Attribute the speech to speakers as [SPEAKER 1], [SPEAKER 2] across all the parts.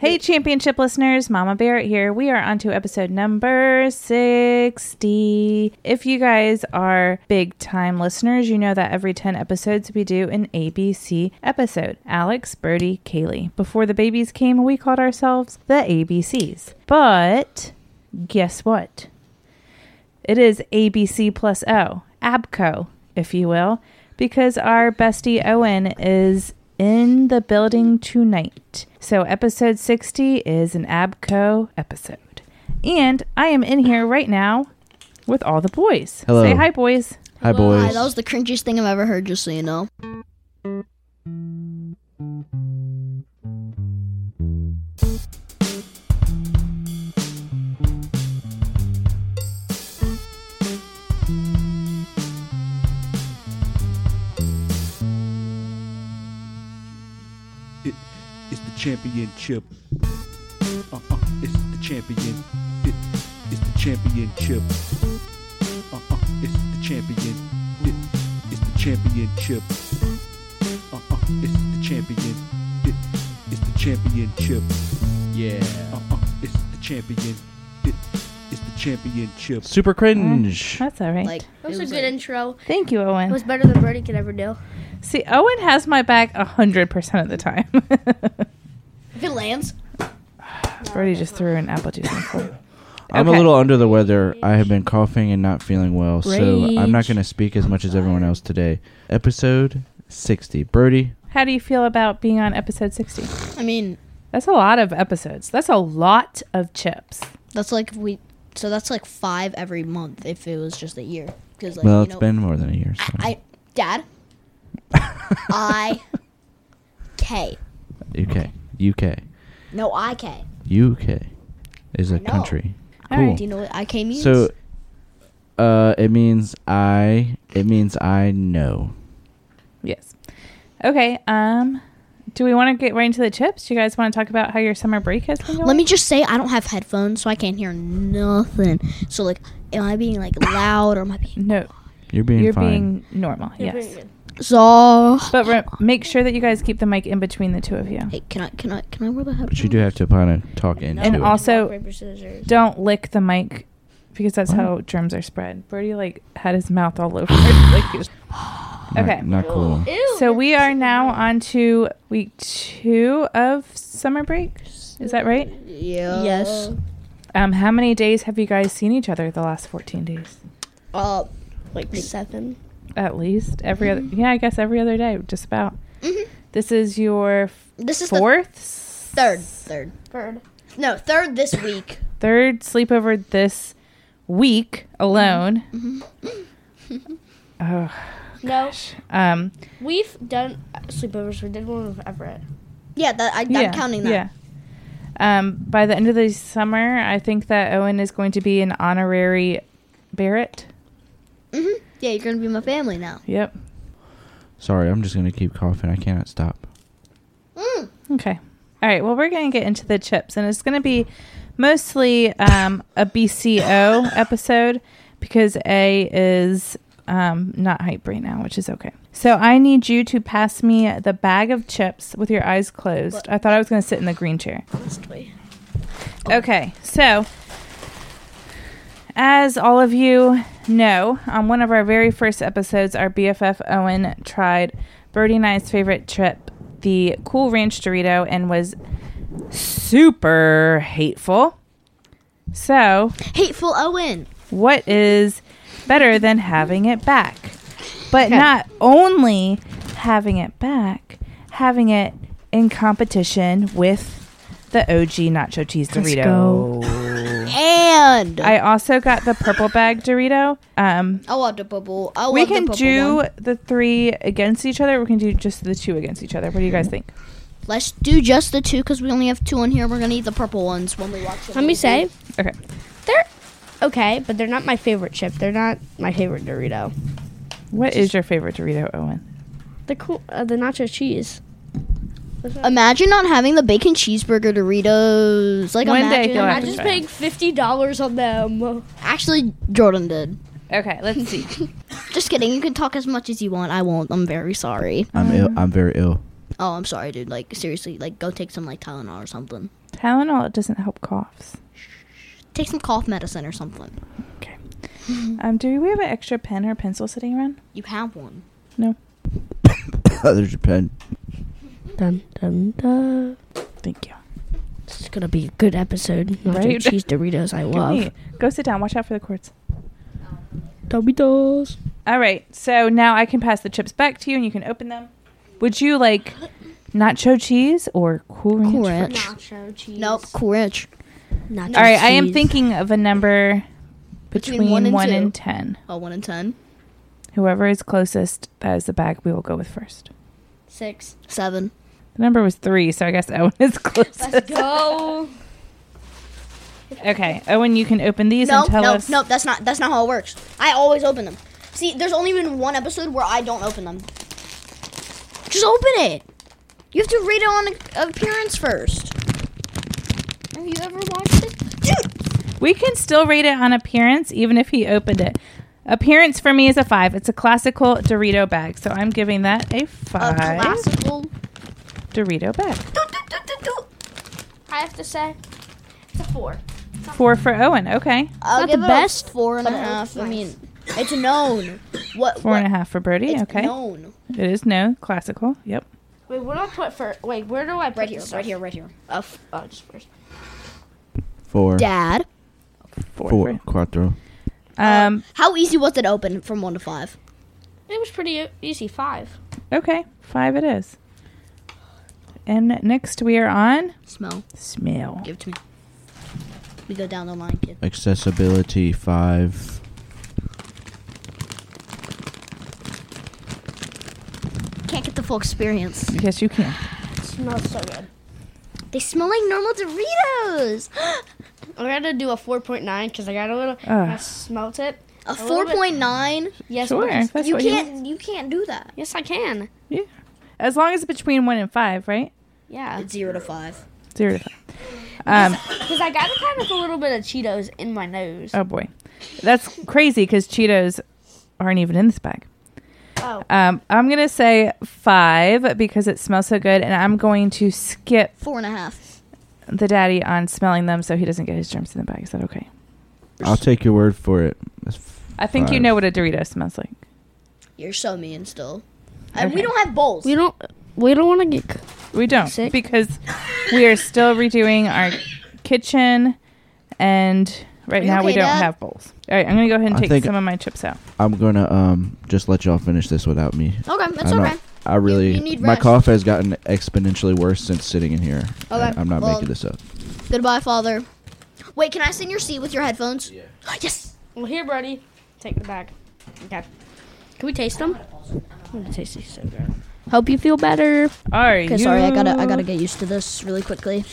[SPEAKER 1] Hey, championship listeners, Mama Barrett here. We are on to episode number 60. If you guys are big time listeners, you know that every 10 episodes we do an ABC episode Alex, Birdie, Kaylee. Before the babies came, we called ourselves the ABCs. But guess what? It is ABC plus O, ABCO, if you will, because our bestie Owen is in the building tonight. So, episode 60 is an ABCO episode. And I am in here right now with all the boys.
[SPEAKER 2] Hello.
[SPEAKER 1] Say hi, boys.
[SPEAKER 2] Hi,
[SPEAKER 3] Well,
[SPEAKER 2] boys.
[SPEAKER 3] Oh That was the cringiest thing I've ever heard, just so you know.
[SPEAKER 4] It is the championship. Uh, uh, it's the champion. It is the championship. Uh, uh, it's the champion. It is the championship. Uh, uh, it's the champion. It is the championship.
[SPEAKER 2] yeah.
[SPEAKER 4] Uh, uh, it's the champion. It is the championship.
[SPEAKER 2] Super cringe.
[SPEAKER 1] Oh, That's all right.
[SPEAKER 3] Like
[SPEAKER 5] That was
[SPEAKER 3] it
[SPEAKER 5] a good
[SPEAKER 3] like-
[SPEAKER 5] intro.
[SPEAKER 1] Thank you, Owen.
[SPEAKER 5] It was better than Birdie could ever do.
[SPEAKER 1] See, Owen has my back 100% of the time.
[SPEAKER 3] if it lands,
[SPEAKER 1] Brody just threw an apple juice. in the floor.
[SPEAKER 2] I'm a
[SPEAKER 1] Okay.
[SPEAKER 2] little under the weather. I have been coughing and not feeling well, so I'm not
[SPEAKER 1] Rage.
[SPEAKER 2] going to speak as much as everyone else today. Episode 60. Birdie,
[SPEAKER 1] How do you feel about being on episode 60?
[SPEAKER 3] I mean,
[SPEAKER 1] That's a lot of episodes. That's a lot of chips.
[SPEAKER 3] that's like if we. So that's like five every month if it was just a year. Because like
[SPEAKER 2] well,
[SPEAKER 3] you
[SPEAKER 2] it's
[SPEAKER 3] know,
[SPEAKER 2] been more than a year. So.
[SPEAKER 3] I dad. I K.
[SPEAKER 2] UK. UK.
[SPEAKER 3] No, I K.
[SPEAKER 2] UK is a
[SPEAKER 3] know.
[SPEAKER 2] country.
[SPEAKER 1] All right,
[SPEAKER 3] Do you know what I K means?
[SPEAKER 2] So, uh, it means I. It means I know.
[SPEAKER 1] Yes. Okay. Um, do we want to get right into the chips? Do you guys want to talk about how your summer break has been? Going?
[SPEAKER 3] let me just say I don't have headphones, so I can't hear nothing. So like, am I being like loud or am I being
[SPEAKER 1] No,
[SPEAKER 2] You're being
[SPEAKER 1] you're
[SPEAKER 2] fine.
[SPEAKER 1] being normal. Oh, yes.
[SPEAKER 3] so?
[SPEAKER 1] But re- make sure that you guys keep the mic in between the two of you.
[SPEAKER 3] Hey, can I can I can I wear the headphones?
[SPEAKER 2] but you do have to kind of talk into
[SPEAKER 1] And
[SPEAKER 2] it.
[SPEAKER 1] also-
[SPEAKER 5] paper, scissors.
[SPEAKER 1] Don't lick the mic because that's
[SPEAKER 2] What?
[SPEAKER 1] how germs are spread. Brody like had his mouth all over. it, like he was-
[SPEAKER 2] Not-
[SPEAKER 1] okay.
[SPEAKER 2] Not cool.
[SPEAKER 5] Ew,
[SPEAKER 1] So we
[SPEAKER 5] that's-
[SPEAKER 1] are now on to week two of summer break. Is that right?
[SPEAKER 3] Yeah.
[SPEAKER 5] Yes.
[SPEAKER 1] Um, how many days have you guys seen each other the last 14 days?
[SPEAKER 3] Uh.
[SPEAKER 5] Like seven.
[SPEAKER 1] At least every other.
[SPEAKER 3] Mm.
[SPEAKER 1] Yeah, I guess every other day, just about.
[SPEAKER 3] mhm.
[SPEAKER 1] This is your f-
[SPEAKER 3] This is the
[SPEAKER 1] fourth, s-
[SPEAKER 3] Third, third,
[SPEAKER 5] Bird.
[SPEAKER 3] no, third this week.
[SPEAKER 1] third sleepover this week alone.
[SPEAKER 3] Mm-hmm.
[SPEAKER 1] Ugh.
[SPEAKER 5] No,
[SPEAKER 1] um,
[SPEAKER 5] we've done sleepovers. We did one with Everett.
[SPEAKER 3] Yeah, that, I,
[SPEAKER 1] yeah,
[SPEAKER 3] I'm counting that.
[SPEAKER 1] Yeah. Um, by the end of the summer, I think that Owen is going to be an honorary Barrett.
[SPEAKER 3] hmm Yeah, you're gonna be my family now.
[SPEAKER 1] Yep.
[SPEAKER 2] Sorry, I'm just going to keep coughing. I cannot stop.
[SPEAKER 3] Mm.
[SPEAKER 1] Okay. All right. Well, we're going to get into the chips, and it's going to be mostly um, a BCO episode because A is um, not hype right now, which is okay. So I need you to pass me the bag of chips with your eyes closed. I thought I was going to sit in the green chair. Okay. So. As all of you know, on one of our very first episodes, our BFF Owen tried Birdie and I's favorite trip, the Cool Ranch Dorito, and was super hateful. So,
[SPEAKER 3] Hateful Owen.
[SPEAKER 1] what is better than having it back? But not only having it back, having it in competition with the OG nacho cheese Dorito.
[SPEAKER 3] And
[SPEAKER 1] I also got the purple bag Dorito. Um,
[SPEAKER 3] I want the bubble. Oh, I want
[SPEAKER 1] we
[SPEAKER 3] the
[SPEAKER 1] can
[SPEAKER 3] purple
[SPEAKER 1] do
[SPEAKER 3] one.
[SPEAKER 1] the three against each other. or We can do just the two against each other. What do you guys think?
[SPEAKER 3] Let's do just the two because we only have two on here. We're gonna eat the purple ones when we watch them.
[SPEAKER 5] Let me say,
[SPEAKER 1] Okay.
[SPEAKER 5] they're okay, but they're not my favorite chip. They're not my favorite Dorito.
[SPEAKER 1] What is your favorite Dorito, Owen?
[SPEAKER 5] The cool, uh, the nacho cheese.
[SPEAKER 3] Imagine not having the bacon cheeseburger Doritos. Like
[SPEAKER 1] One day
[SPEAKER 3] imagine.
[SPEAKER 1] he'll have
[SPEAKER 5] I'm
[SPEAKER 1] to
[SPEAKER 5] just
[SPEAKER 1] try
[SPEAKER 5] paying fifty dollars on them.
[SPEAKER 3] Actually, Jordan did.
[SPEAKER 1] Okay, let's see.
[SPEAKER 3] Just kidding. You can talk as much as you want. I won't. I'm very sorry.
[SPEAKER 2] I'm ill. I'm very ill.
[SPEAKER 3] Oh, I'm sorry, dude. Like seriously, like go take some like Tylenol or something.
[SPEAKER 1] Tylenol doesn't help coughs.
[SPEAKER 3] Take some cough medicine or something.
[SPEAKER 1] Okay. Um, do we have an extra pen or pencil sitting around?
[SPEAKER 3] You have one.
[SPEAKER 1] No.
[SPEAKER 2] There's your pen.
[SPEAKER 5] Dun dun dun.
[SPEAKER 1] Thank you.
[SPEAKER 5] This is gonna be a good episode. Nacho
[SPEAKER 1] Right?
[SPEAKER 5] cheese Doritos, I
[SPEAKER 1] Look at
[SPEAKER 5] love.
[SPEAKER 1] me. Go sit down. Watch out for the cords.
[SPEAKER 5] Doritos.
[SPEAKER 1] All right. So now I can pass the chips back to you, and you can open them. Would you like nacho cheese or cool ranch?
[SPEAKER 3] Cool
[SPEAKER 1] for-
[SPEAKER 3] Ranch.
[SPEAKER 6] Nacho cheese.
[SPEAKER 3] Nope, cool ranch.
[SPEAKER 5] Nacho
[SPEAKER 1] All right. I am
[SPEAKER 5] cheese.
[SPEAKER 1] thinking of a number between,
[SPEAKER 3] Between one and
[SPEAKER 1] one
[SPEAKER 3] two.
[SPEAKER 1] and ten.
[SPEAKER 3] Oh, one and ten.
[SPEAKER 1] Whoever is closest, that is the bag we will go with first.
[SPEAKER 6] Six.
[SPEAKER 3] Seven.
[SPEAKER 1] The number was three, so I guess Owen is closest.
[SPEAKER 6] Let's go.
[SPEAKER 1] Okay, Owen, you can open these
[SPEAKER 3] No,
[SPEAKER 1] and tell
[SPEAKER 3] no,
[SPEAKER 1] us.
[SPEAKER 3] no, that's not that's not how it works. I always open them. See, there's only been one episode where I don't open them. Just open it. You have to rate it on a- appearance first.
[SPEAKER 6] Have you ever watched it?
[SPEAKER 1] We can still rate it on appearance, even if he opened it. Appearance for me is a five. It's a classical Dorito bag, so I'm giving that a
[SPEAKER 3] A
[SPEAKER 1] five.
[SPEAKER 3] classical.
[SPEAKER 1] Dorito bag.
[SPEAKER 6] I have to say, it's a four.
[SPEAKER 1] Four for Owen. Okay,
[SPEAKER 3] I'll
[SPEAKER 5] Not
[SPEAKER 3] give
[SPEAKER 5] the
[SPEAKER 3] it
[SPEAKER 5] best,
[SPEAKER 3] a four and a
[SPEAKER 6] but
[SPEAKER 3] half.
[SPEAKER 6] it's
[SPEAKER 3] I
[SPEAKER 6] nice.
[SPEAKER 3] mean, it's known. What?
[SPEAKER 1] four
[SPEAKER 3] what,
[SPEAKER 1] and a half for Birdie.
[SPEAKER 3] It's
[SPEAKER 1] okay,
[SPEAKER 3] known.
[SPEAKER 1] it is no classical. Yep.
[SPEAKER 6] Wait, what do I put for? Wait, where do I put
[SPEAKER 3] Right here,
[SPEAKER 6] this
[SPEAKER 3] right
[SPEAKER 6] stuff?
[SPEAKER 3] here, right here.
[SPEAKER 6] Oh, f- oh, just first.
[SPEAKER 2] Four.
[SPEAKER 3] Dad,
[SPEAKER 1] Four.
[SPEAKER 2] Four.
[SPEAKER 1] for-
[SPEAKER 2] Cuatro.
[SPEAKER 1] um.
[SPEAKER 3] how easy was it to open from one to five?
[SPEAKER 6] It was pretty e- easy. Five.
[SPEAKER 1] Okay, five it is. And next we are on
[SPEAKER 3] Smell.
[SPEAKER 1] smell.
[SPEAKER 3] Give it to me. We go down the line, kid.
[SPEAKER 2] Accessibility. Five.
[SPEAKER 3] Can't get the full experience.
[SPEAKER 1] Yes, you can.
[SPEAKER 6] It smells so good.
[SPEAKER 3] They smell like normal Doritos.
[SPEAKER 6] I'm gonna do a 4.9 because I got a little.
[SPEAKER 1] Ugh.
[SPEAKER 6] I smelt it. A
[SPEAKER 3] A
[SPEAKER 6] little
[SPEAKER 3] four
[SPEAKER 6] bit-
[SPEAKER 3] point nine.
[SPEAKER 6] Yes,
[SPEAKER 1] sure.
[SPEAKER 6] but-
[SPEAKER 1] if that's
[SPEAKER 3] You
[SPEAKER 1] what want.
[SPEAKER 3] can't. You can't do that.
[SPEAKER 6] yes, I can.
[SPEAKER 1] Yeah. As long as it's between one and five, right?
[SPEAKER 6] Yeah,
[SPEAKER 3] It's zero to five.
[SPEAKER 1] Zero to five. Um,
[SPEAKER 6] because I got a kind of a little bit of Cheetos in my nose.
[SPEAKER 1] oh boy. That's crazy because Cheetos aren't even in this bag.
[SPEAKER 6] Oh.
[SPEAKER 1] Um, I'm going to say five because it smells so good, and I'm going to skip
[SPEAKER 3] Four and a half.
[SPEAKER 1] the daddy on smelling them so he doesn't get his germs in the bag. Is that okay?
[SPEAKER 2] I'll take your word for it. That's f-
[SPEAKER 1] I think you
[SPEAKER 2] five.
[SPEAKER 1] know what a Dorito smells like.
[SPEAKER 3] You're so mean still. And we
[SPEAKER 1] Okay.
[SPEAKER 3] don't have bowls.
[SPEAKER 5] We don't. We don't want to get. c-
[SPEAKER 1] We don't
[SPEAKER 5] Sick.
[SPEAKER 1] because we are still redoing our kitchen, and right
[SPEAKER 3] Are you
[SPEAKER 1] now we
[SPEAKER 3] okay,
[SPEAKER 1] don't
[SPEAKER 3] Dad?
[SPEAKER 1] have bowls. All right, I'm going to go ahead and
[SPEAKER 2] I
[SPEAKER 1] take
[SPEAKER 2] think-
[SPEAKER 1] some of my chips out.
[SPEAKER 2] I'm gonna um just let y'all finish this without me.
[SPEAKER 3] Okay, that's
[SPEAKER 2] I know.
[SPEAKER 3] okay.
[SPEAKER 2] I really
[SPEAKER 3] you need
[SPEAKER 2] my
[SPEAKER 3] rest.
[SPEAKER 2] cough has gotten exponentially worse since sitting in here.
[SPEAKER 3] Okay,
[SPEAKER 2] I, am not
[SPEAKER 3] well-
[SPEAKER 2] making this up.
[SPEAKER 3] Goodbye, father. Wait, can I sit in your seat with your headphones? Yeah. yes.
[SPEAKER 6] Well, here, buddy. Take the bag. Okay.
[SPEAKER 5] Can we taste them? I'm gonna taste these so good. Hope you feel better.
[SPEAKER 1] All right.
[SPEAKER 3] Okay, sorry. I gotta. I gotta get used to this really quickly.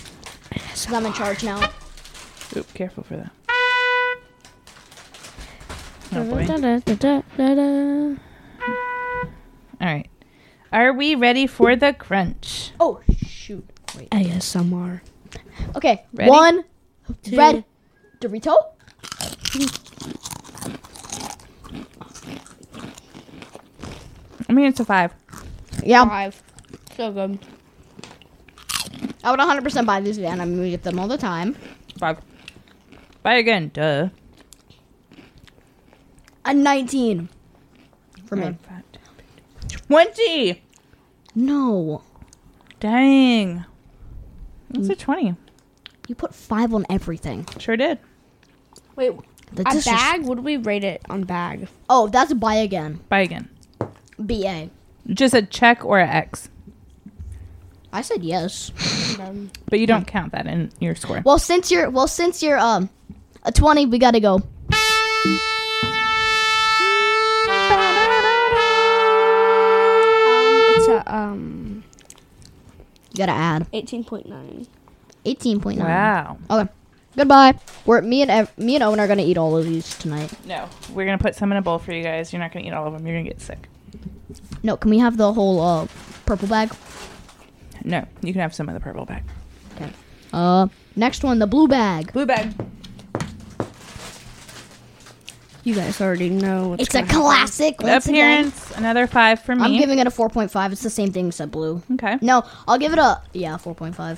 [SPEAKER 3] So I'm in charge now.
[SPEAKER 1] Oop, careful for that. Oh boy.
[SPEAKER 5] Da, da, da, da, da, da.
[SPEAKER 1] All right. Are we ready for the crunch?
[SPEAKER 3] Oh shoot. Wait.
[SPEAKER 5] ASMR.
[SPEAKER 3] Okay.
[SPEAKER 1] Ready?
[SPEAKER 3] One red Dorito.
[SPEAKER 1] I mean, it's a five.
[SPEAKER 3] Yeah.
[SPEAKER 6] Five. So good.
[SPEAKER 3] I would 100% buy these again. I mean, we get them all the time.
[SPEAKER 1] Five. Buy again, duh.
[SPEAKER 3] A 19 for me.
[SPEAKER 6] Mm.
[SPEAKER 1] One, five, ten, Twenty.
[SPEAKER 3] No.
[SPEAKER 1] Dang. That's a twenty.
[SPEAKER 3] You put five on everything.
[SPEAKER 1] Sure did.
[SPEAKER 6] Wait,
[SPEAKER 3] The
[SPEAKER 6] a
[SPEAKER 3] disres-
[SPEAKER 6] bag? Would we rate it on bag?
[SPEAKER 3] Oh, that's a buy again.
[SPEAKER 1] Buy again.
[SPEAKER 3] BA.
[SPEAKER 1] Just a check or a X,
[SPEAKER 3] I said yes.
[SPEAKER 6] Um,
[SPEAKER 1] but you don't count that in your score.
[SPEAKER 3] Well, since you're well, since you're um a 20, we got to go.
[SPEAKER 6] It's a um
[SPEAKER 3] You got to add
[SPEAKER 6] 18.9.
[SPEAKER 3] 18.9.
[SPEAKER 1] Wow.
[SPEAKER 3] Okay. Goodbye. We're me and Ev- me and Owen are going to eat all of these tonight.
[SPEAKER 1] No, we're gonna put some in a bowl for you guys. You're not gonna eat all of them. You're gonna get sick.
[SPEAKER 3] No, can we have the whole uh purple bag?
[SPEAKER 1] No, you can have some of the purple bag.
[SPEAKER 3] Okay. Uh next one, the blue bag.
[SPEAKER 1] Blue bag.
[SPEAKER 5] You guys already know. What's
[SPEAKER 3] It's a classic. Once again.
[SPEAKER 1] Appearance, another five for me.
[SPEAKER 3] I'm giving it a 4.5. It's the same thing except blue.
[SPEAKER 1] okay.
[SPEAKER 3] No, I'll give it a yeah, 4.5.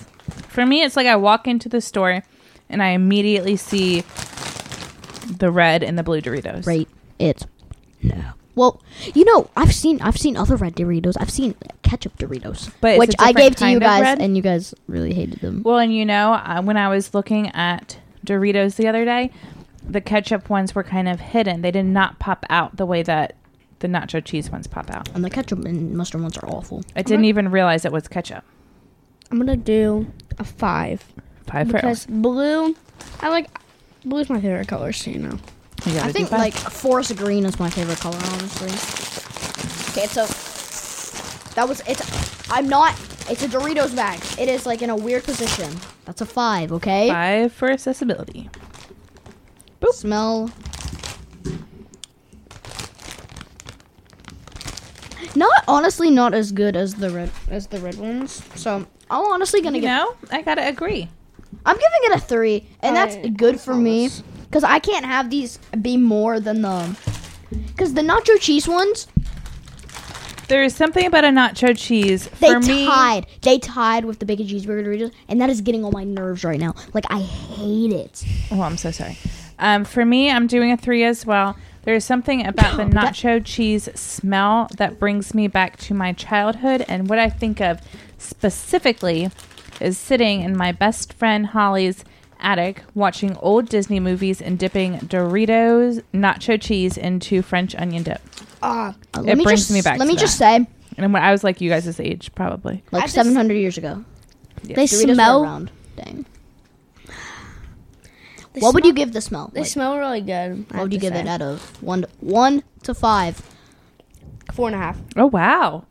[SPEAKER 1] For me, it's like I walk into the store and I immediately see the red and the blue Doritos.
[SPEAKER 3] Rate it. No. Well, you know, I've seen I've seen other red Doritos. I've seen ketchup Doritos,
[SPEAKER 1] But it's
[SPEAKER 3] which
[SPEAKER 1] a
[SPEAKER 3] I
[SPEAKER 1] different
[SPEAKER 3] gave to you
[SPEAKER 1] kind of
[SPEAKER 3] guys,
[SPEAKER 1] red?
[SPEAKER 3] and you guys really hated them.
[SPEAKER 1] Well, and you know, I, when I was looking at Doritos the other day, the ketchup ones were kind of hidden. They did not pop out the way that the nacho cheese ones pop out.
[SPEAKER 3] And the ketchup and mustard ones are awful.
[SPEAKER 1] I didn't even realize it was ketchup.
[SPEAKER 5] I'm gonna do a five
[SPEAKER 1] Five for
[SPEAKER 5] because blue. I like blue's my favorite color, so you know.
[SPEAKER 1] You gotta
[SPEAKER 3] I
[SPEAKER 1] do
[SPEAKER 3] think
[SPEAKER 1] five.
[SPEAKER 3] like forest green is my favorite color, honestly. Okay, so that was it's. I'm not. It's a Doritos bag. It is like in a weird position. That's a five. Okay.
[SPEAKER 1] five for accessibility.
[SPEAKER 3] Smell. Not honestly, not as good as the red as the red ones. So I'm honestly gonna
[SPEAKER 1] You
[SPEAKER 3] give.
[SPEAKER 1] know, I gotta agree.
[SPEAKER 3] I'm giving it a three, and that's
[SPEAKER 5] I-
[SPEAKER 3] good for me because I can't have these be more than the. Because the nacho cheese ones,
[SPEAKER 1] There is something about a nacho cheese
[SPEAKER 3] they
[SPEAKER 1] for me.
[SPEAKER 3] tied. They tied with the bacon cheeseburger Doritos, and that is getting on my nerves right now. Like I hate it.
[SPEAKER 1] Oh, I'm so sorry. Um, for me, I'm doing a three as well. There's something about the
[SPEAKER 3] That-
[SPEAKER 1] nacho cheese smell that brings me back to my childhood. And what I think of specifically is sitting in my best friend Holly's attic watching old Disney movies and dipping Doritos nacho cheese into French onion dip.
[SPEAKER 5] Ah,
[SPEAKER 3] Uh,
[SPEAKER 1] It brings
[SPEAKER 3] just,
[SPEAKER 1] me back
[SPEAKER 3] Let
[SPEAKER 1] to
[SPEAKER 3] me just say,
[SPEAKER 1] And when I was like you guys' age, probably.
[SPEAKER 3] like
[SPEAKER 6] just-
[SPEAKER 3] 700 years ago,
[SPEAKER 5] they
[SPEAKER 3] Doritos were
[SPEAKER 5] smell.
[SPEAKER 3] around. Dang.
[SPEAKER 6] They
[SPEAKER 3] what would
[SPEAKER 6] smell-
[SPEAKER 3] you give the smell?
[SPEAKER 6] They
[SPEAKER 3] Like,
[SPEAKER 6] smell really good.
[SPEAKER 3] what
[SPEAKER 5] I
[SPEAKER 3] would
[SPEAKER 5] have
[SPEAKER 3] you
[SPEAKER 5] to
[SPEAKER 3] give it
[SPEAKER 5] say.
[SPEAKER 3] out of one to, one to five?
[SPEAKER 5] Four and a half.
[SPEAKER 1] Oh, wow.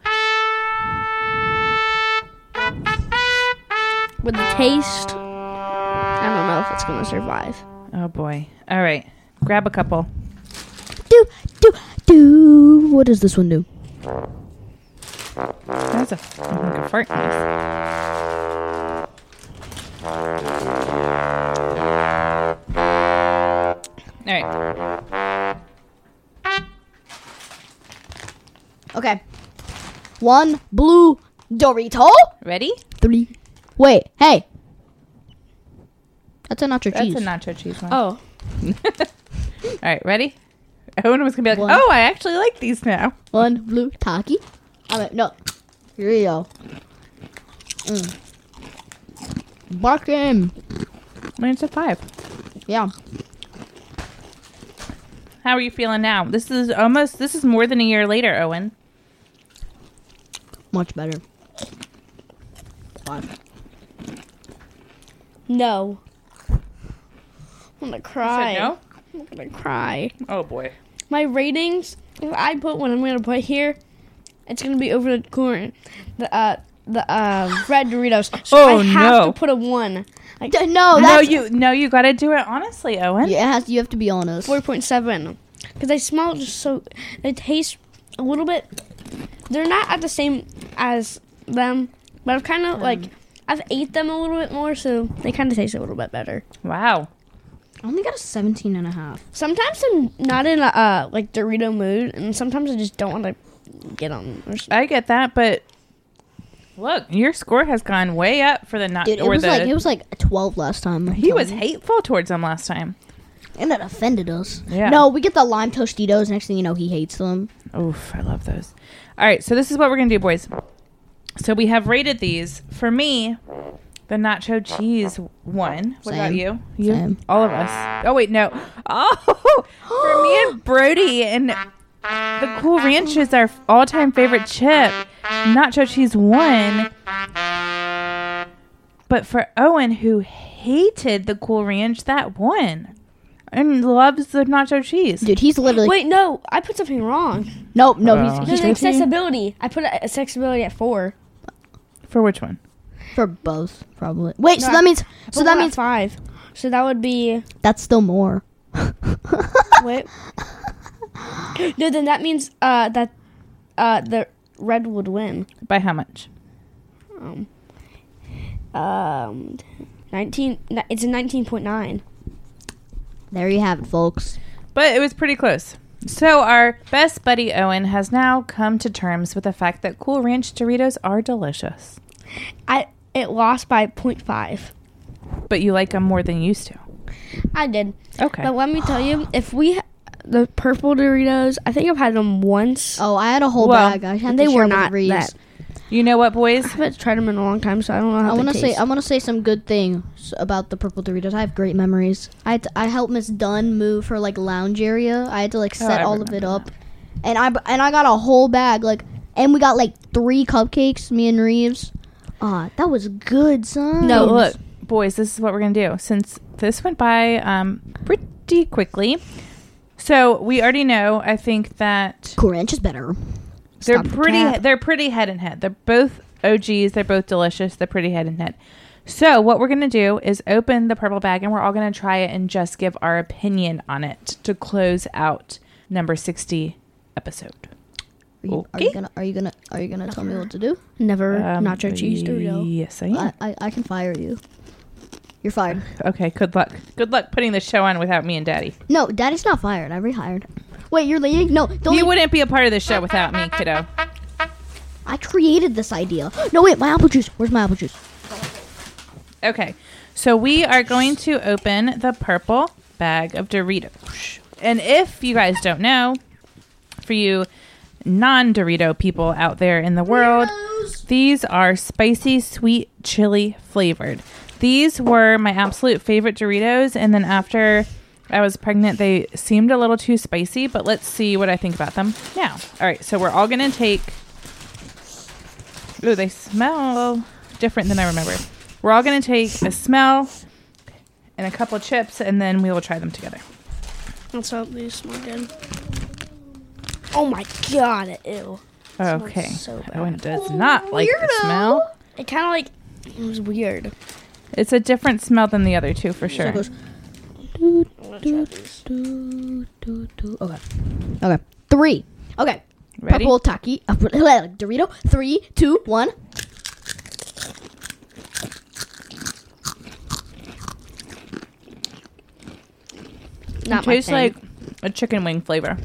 [SPEAKER 5] With the taste, I don't know if it's gonna survive.
[SPEAKER 1] Oh, boy. All right. Grab a couple.
[SPEAKER 3] Do do do. What does this one do?
[SPEAKER 1] That's a f- like a fart noise. All right.
[SPEAKER 3] Okay. One blue Dorito.
[SPEAKER 1] Ready?
[SPEAKER 3] Three. Wait. Hey. That's a nacho
[SPEAKER 1] That's
[SPEAKER 3] cheese.
[SPEAKER 1] a nacho cheese one.
[SPEAKER 5] Oh,
[SPEAKER 1] All right. Ready? Everyone was going to be like,
[SPEAKER 3] One.
[SPEAKER 1] oh, I actually like these now.
[SPEAKER 3] one blue taki. I mean, no. Here we go. Mm. Bark him.
[SPEAKER 1] And it's a five.
[SPEAKER 3] Yeah.
[SPEAKER 1] How are you feeling now? This is almost, this is more than a year later, Owen.
[SPEAKER 3] Much better. Five.
[SPEAKER 5] no. I'm gonna cry.
[SPEAKER 1] no?
[SPEAKER 5] I'm gonna cry.
[SPEAKER 1] Oh, boy.
[SPEAKER 5] My ratings, if I put one, I'm gonna put here. It's gonna be over the corn, the uh, the uh, red Doritos. So
[SPEAKER 1] Oh,
[SPEAKER 5] I have
[SPEAKER 1] no.
[SPEAKER 5] to put a one. Like
[SPEAKER 3] D-
[SPEAKER 1] No,
[SPEAKER 3] no, Oh, that's
[SPEAKER 1] you, no, you got to do it honestly, Owen.
[SPEAKER 3] Yeah, it has, you have to be honest.
[SPEAKER 5] four point seven, because they smell just so. They taste a little bit. They're not at the same as them, but I've kind
[SPEAKER 1] Mm.
[SPEAKER 5] of like I've ate them a little bit more, so they kind of taste a little bit better.
[SPEAKER 1] Wow.
[SPEAKER 3] I only got a 17 and a half.
[SPEAKER 5] Sometimes I'm not in a uh, like Dorito mood, and sometimes I just don't want to get on. Or s-
[SPEAKER 1] I get that, but look, your score has gone way up for the not
[SPEAKER 3] Dude, it
[SPEAKER 1] or
[SPEAKER 3] was
[SPEAKER 1] the
[SPEAKER 3] like it was like 12 last time. I'm
[SPEAKER 1] he was
[SPEAKER 3] telling you.
[SPEAKER 1] hateful towards them last time.
[SPEAKER 3] and that offended us.
[SPEAKER 1] Yeah.
[SPEAKER 3] No, we get the lime Tostitos. Next thing you know, he hates them.
[SPEAKER 1] Oof, I love those. All right, so this is what we're gonna do, boys. So we have rated these. For me, the nacho cheese one. What about
[SPEAKER 3] Same.
[SPEAKER 1] you? You,
[SPEAKER 3] Same.
[SPEAKER 1] all of us. Oh wait, no. Oh, for me and Brody and the Cool Ranch is our all-time favorite chip. Nacho cheese one. But for Owen, who hated the Cool Ranch, that one, and loves the nacho cheese.
[SPEAKER 3] Dude, he's literally
[SPEAKER 5] Wait, no, I put something wrong.
[SPEAKER 3] nope, no,
[SPEAKER 2] Uh,
[SPEAKER 3] he's,
[SPEAKER 5] No,
[SPEAKER 3] he's
[SPEAKER 5] the accessibility. I put accessibility at four.
[SPEAKER 1] For which one?
[SPEAKER 3] for both probably. Wait, so
[SPEAKER 5] No,
[SPEAKER 3] that
[SPEAKER 5] I-
[SPEAKER 3] means so
[SPEAKER 5] But
[SPEAKER 3] that
[SPEAKER 5] we're at
[SPEAKER 3] means
[SPEAKER 5] five. So that would be
[SPEAKER 3] that's still more.
[SPEAKER 5] wait. no, then that means uh, that uh, the red would win.
[SPEAKER 1] By how much?
[SPEAKER 5] Um, um, nineteen. ni- It's a nineteen point nine.
[SPEAKER 3] There you have it, folks.
[SPEAKER 1] But it was pretty close. So our best buddy Owen has now come to terms with the fact that Cool Ranch Doritos are delicious.
[SPEAKER 5] I it lost by 0.5.
[SPEAKER 1] But you like them more than you used to.
[SPEAKER 5] I did.
[SPEAKER 1] Okay.
[SPEAKER 5] But let me tell you, if we the purple Doritos, I think I've had them once.
[SPEAKER 3] Oh, I had a whole
[SPEAKER 1] Well,
[SPEAKER 3] bag. I had
[SPEAKER 5] and
[SPEAKER 3] to
[SPEAKER 5] they
[SPEAKER 3] share
[SPEAKER 5] were
[SPEAKER 3] with
[SPEAKER 5] not
[SPEAKER 3] Reeves.
[SPEAKER 5] that.
[SPEAKER 1] You know what, boys?
[SPEAKER 5] I haven't tried them in a long time, so I don't know how
[SPEAKER 3] I
[SPEAKER 5] want to
[SPEAKER 3] say I want to say some good things about the purple Doritos. I have great memories. I had to, I helped Miss Dunn move her like lounge area. I had to like
[SPEAKER 1] Oh, I
[SPEAKER 3] set all of it
[SPEAKER 1] remember
[SPEAKER 3] up, and I and I got a whole bag like, and we got like three cupcakes. Me and Reeves. Ah, that was good, son.
[SPEAKER 1] No, look, boys, this is what we're gonna do. Since this went by um, pretty quickly, so we already know. I think that
[SPEAKER 3] Cool Ranch is better.
[SPEAKER 1] they're
[SPEAKER 3] Stop the
[SPEAKER 1] pretty.
[SPEAKER 3] cap.
[SPEAKER 1] they're pretty head and head. They're both OGs. They're both delicious. They're pretty head and head. So what we're gonna do is open the purple bag, and we're all gonna try it and just give our opinion on it to close out number sixty episode.
[SPEAKER 3] Are you, are
[SPEAKER 1] Okay.
[SPEAKER 3] you gonna are you gonna are you gonna tell me what to do?
[SPEAKER 5] Never
[SPEAKER 1] Um,
[SPEAKER 5] nacho cheese Dorito.
[SPEAKER 1] Yes, I am.
[SPEAKER 3] I, I I can fire you. You're fired.
[SPEAKER 1] Okay, good luck. Good luck putting the show on without me and Daddy.
[SPEAKER 3] No, Daddy's not fired. I rehired. Wait, you're leaving? No, don't. e-
[SPEAKER 1] You
[SPEAKER 3] leave.
[SPEAKER 1] wouldn't be a part of the show without me, kiddo.
[SPEAKER 3] I created this idea. No, wait, my apple juice. Where's my apple juice?
[SPEAKER 1] Okay, so we are going to open the purple bag of Doritos. And if you guys don't know, for you non Dorito people out there in the world, these are spicy, sweet, chili flavored. These were my absolute favorite Doritos. And then after I was pregnant, they seemed a little too spicy, but let's see what I think about them now. All right, so we're all going to take. Ooh, they smell different than I remember. We're all going to take a smell and a couple chips, and then we will try them together.
[SPEAKER 5] That's how they smell good. Oh my god, ew.
[SPEAKER 1] Okay.
[SPEAKER 5] so bad. Oh,
[SPEAKER 1] Owen does not like the smell.
[SPEAKER 5] It kind of like, it was weird.
[SPEAKER 1] It's a different smell than the other two for sure.
[SPEAKER 3] Do, do, do. Okay. Okay. Three. Okay.
[SPEAKER 1] Ready?
[SPEAKER 3] Purple Taki. uh, Dorito. Three, two, one.
[SPEAKER 5] Not my
[SPEAKER 1] Tastes
[SPEAKER 5] thing.
[SPEAKER 1] like a chicken wing flavor.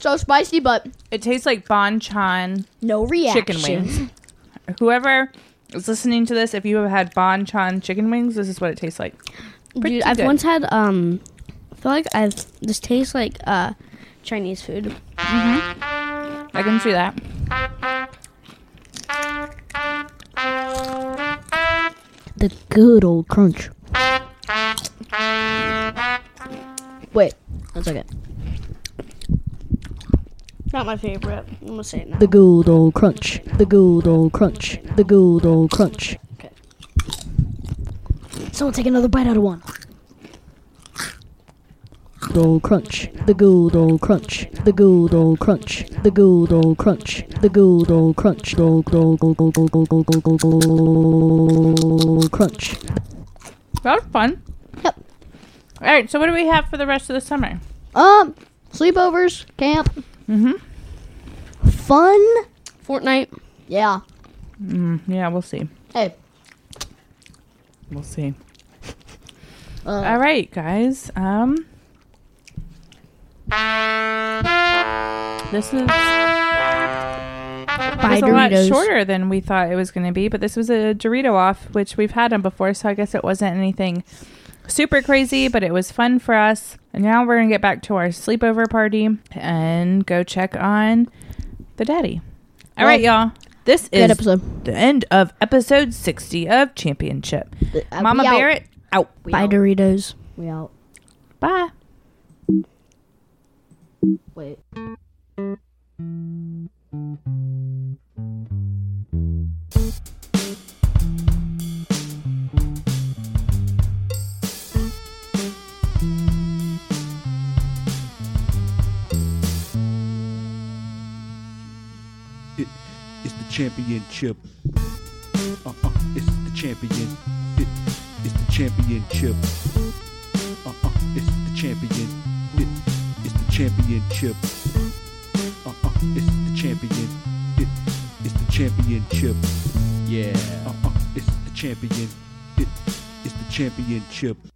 [SPEAKER 3] So spicy, but
[SPEAKER 1] It tastes like banchan
[SPEAKER 3] no reaction.
[SPEAKER 1] chicken wings. Whoever is listening to this, if you have had banchan chicken wings, this is what it tastes like. pretty
[SPEAKER 5] Dude, I've
[SPEAKER 1] good.
[SPEAKER 5] once had um, I feel like I've this tastes like uh, Chinese food.
[SPEAKER 1] I can see that.
[SPEAKER 3] The good old crunch. Wait. One second.
[SPEAKER 5] Not my favorite. I'm gonna say it now.
[SPEAKER 3] The good old crunch. The good old crunch. The good old crunch. Someone take another bite out of one. The old crunch. The good old crunch. The good old crunch. The good old crunch. The good old crunch. The old old old old old old old old old crunch.
[SPEAKER 1] That was fun.
[SPEAKER 3] Yep.
[SPEAKER 1] All right, so what do we have for the rest of the summer?
[SPEAKER 3] Um, sleepovers, camp. Mm-hmm. Fun.
[SPEAKER 5] Fortnite.
[SPEAKER 3] Yeah.
[SPEAKER 1] Mm, yeah, we'll see.
[SPEAKER 3] Hey.
[SPEAKER 1] We'll see.
[SPEAKER 3] Uh,
[SPEAKER 1] All right, guys. Um, this is
[SPEAKER 5] By
[SPEAKER 1] It was a lot
[SPEAKER 5] Doritos.
[SPEAKER 1] shorter than we thought it was going to be, but this was a Dorito off, which we've had them before, so I guess it wasn't anything super crazy, but it was fun for us. And now we're going to get back to our sleepover party and go check on the daddy. All right, y'all. This
[SPEAKER 3] good
[SPEAKER 1] is
[SPEAKER 3] episode.
[SPEAKER 1] the end of episode 60 of Championship.
[SPEAKER 3] Uh,
[SPEAKER 1] Mama
[SPEAKER 3] we out.
[SPEAKER 1] Barrett, out.
[SPEAKER 3] We
[SPEAKER 5] By
[SPEAKER 3] out.
[SPEAKER 5] Doritos.
[SPEAKER 3] We out.
[SPEAKER 1] Bye.
[SPEAKER 3] Wait.
[SPEAKER 4] It is the championship. Uh-uh, it's the champion. It is the championship. Uh-uh, it's the champion. It is the championship. Uh-uh, it's the champion. It is the championship.
[SPEAKER 2] Yeah.
[SPEAKER 4] Uh-uh, it's the champion. It is the championship.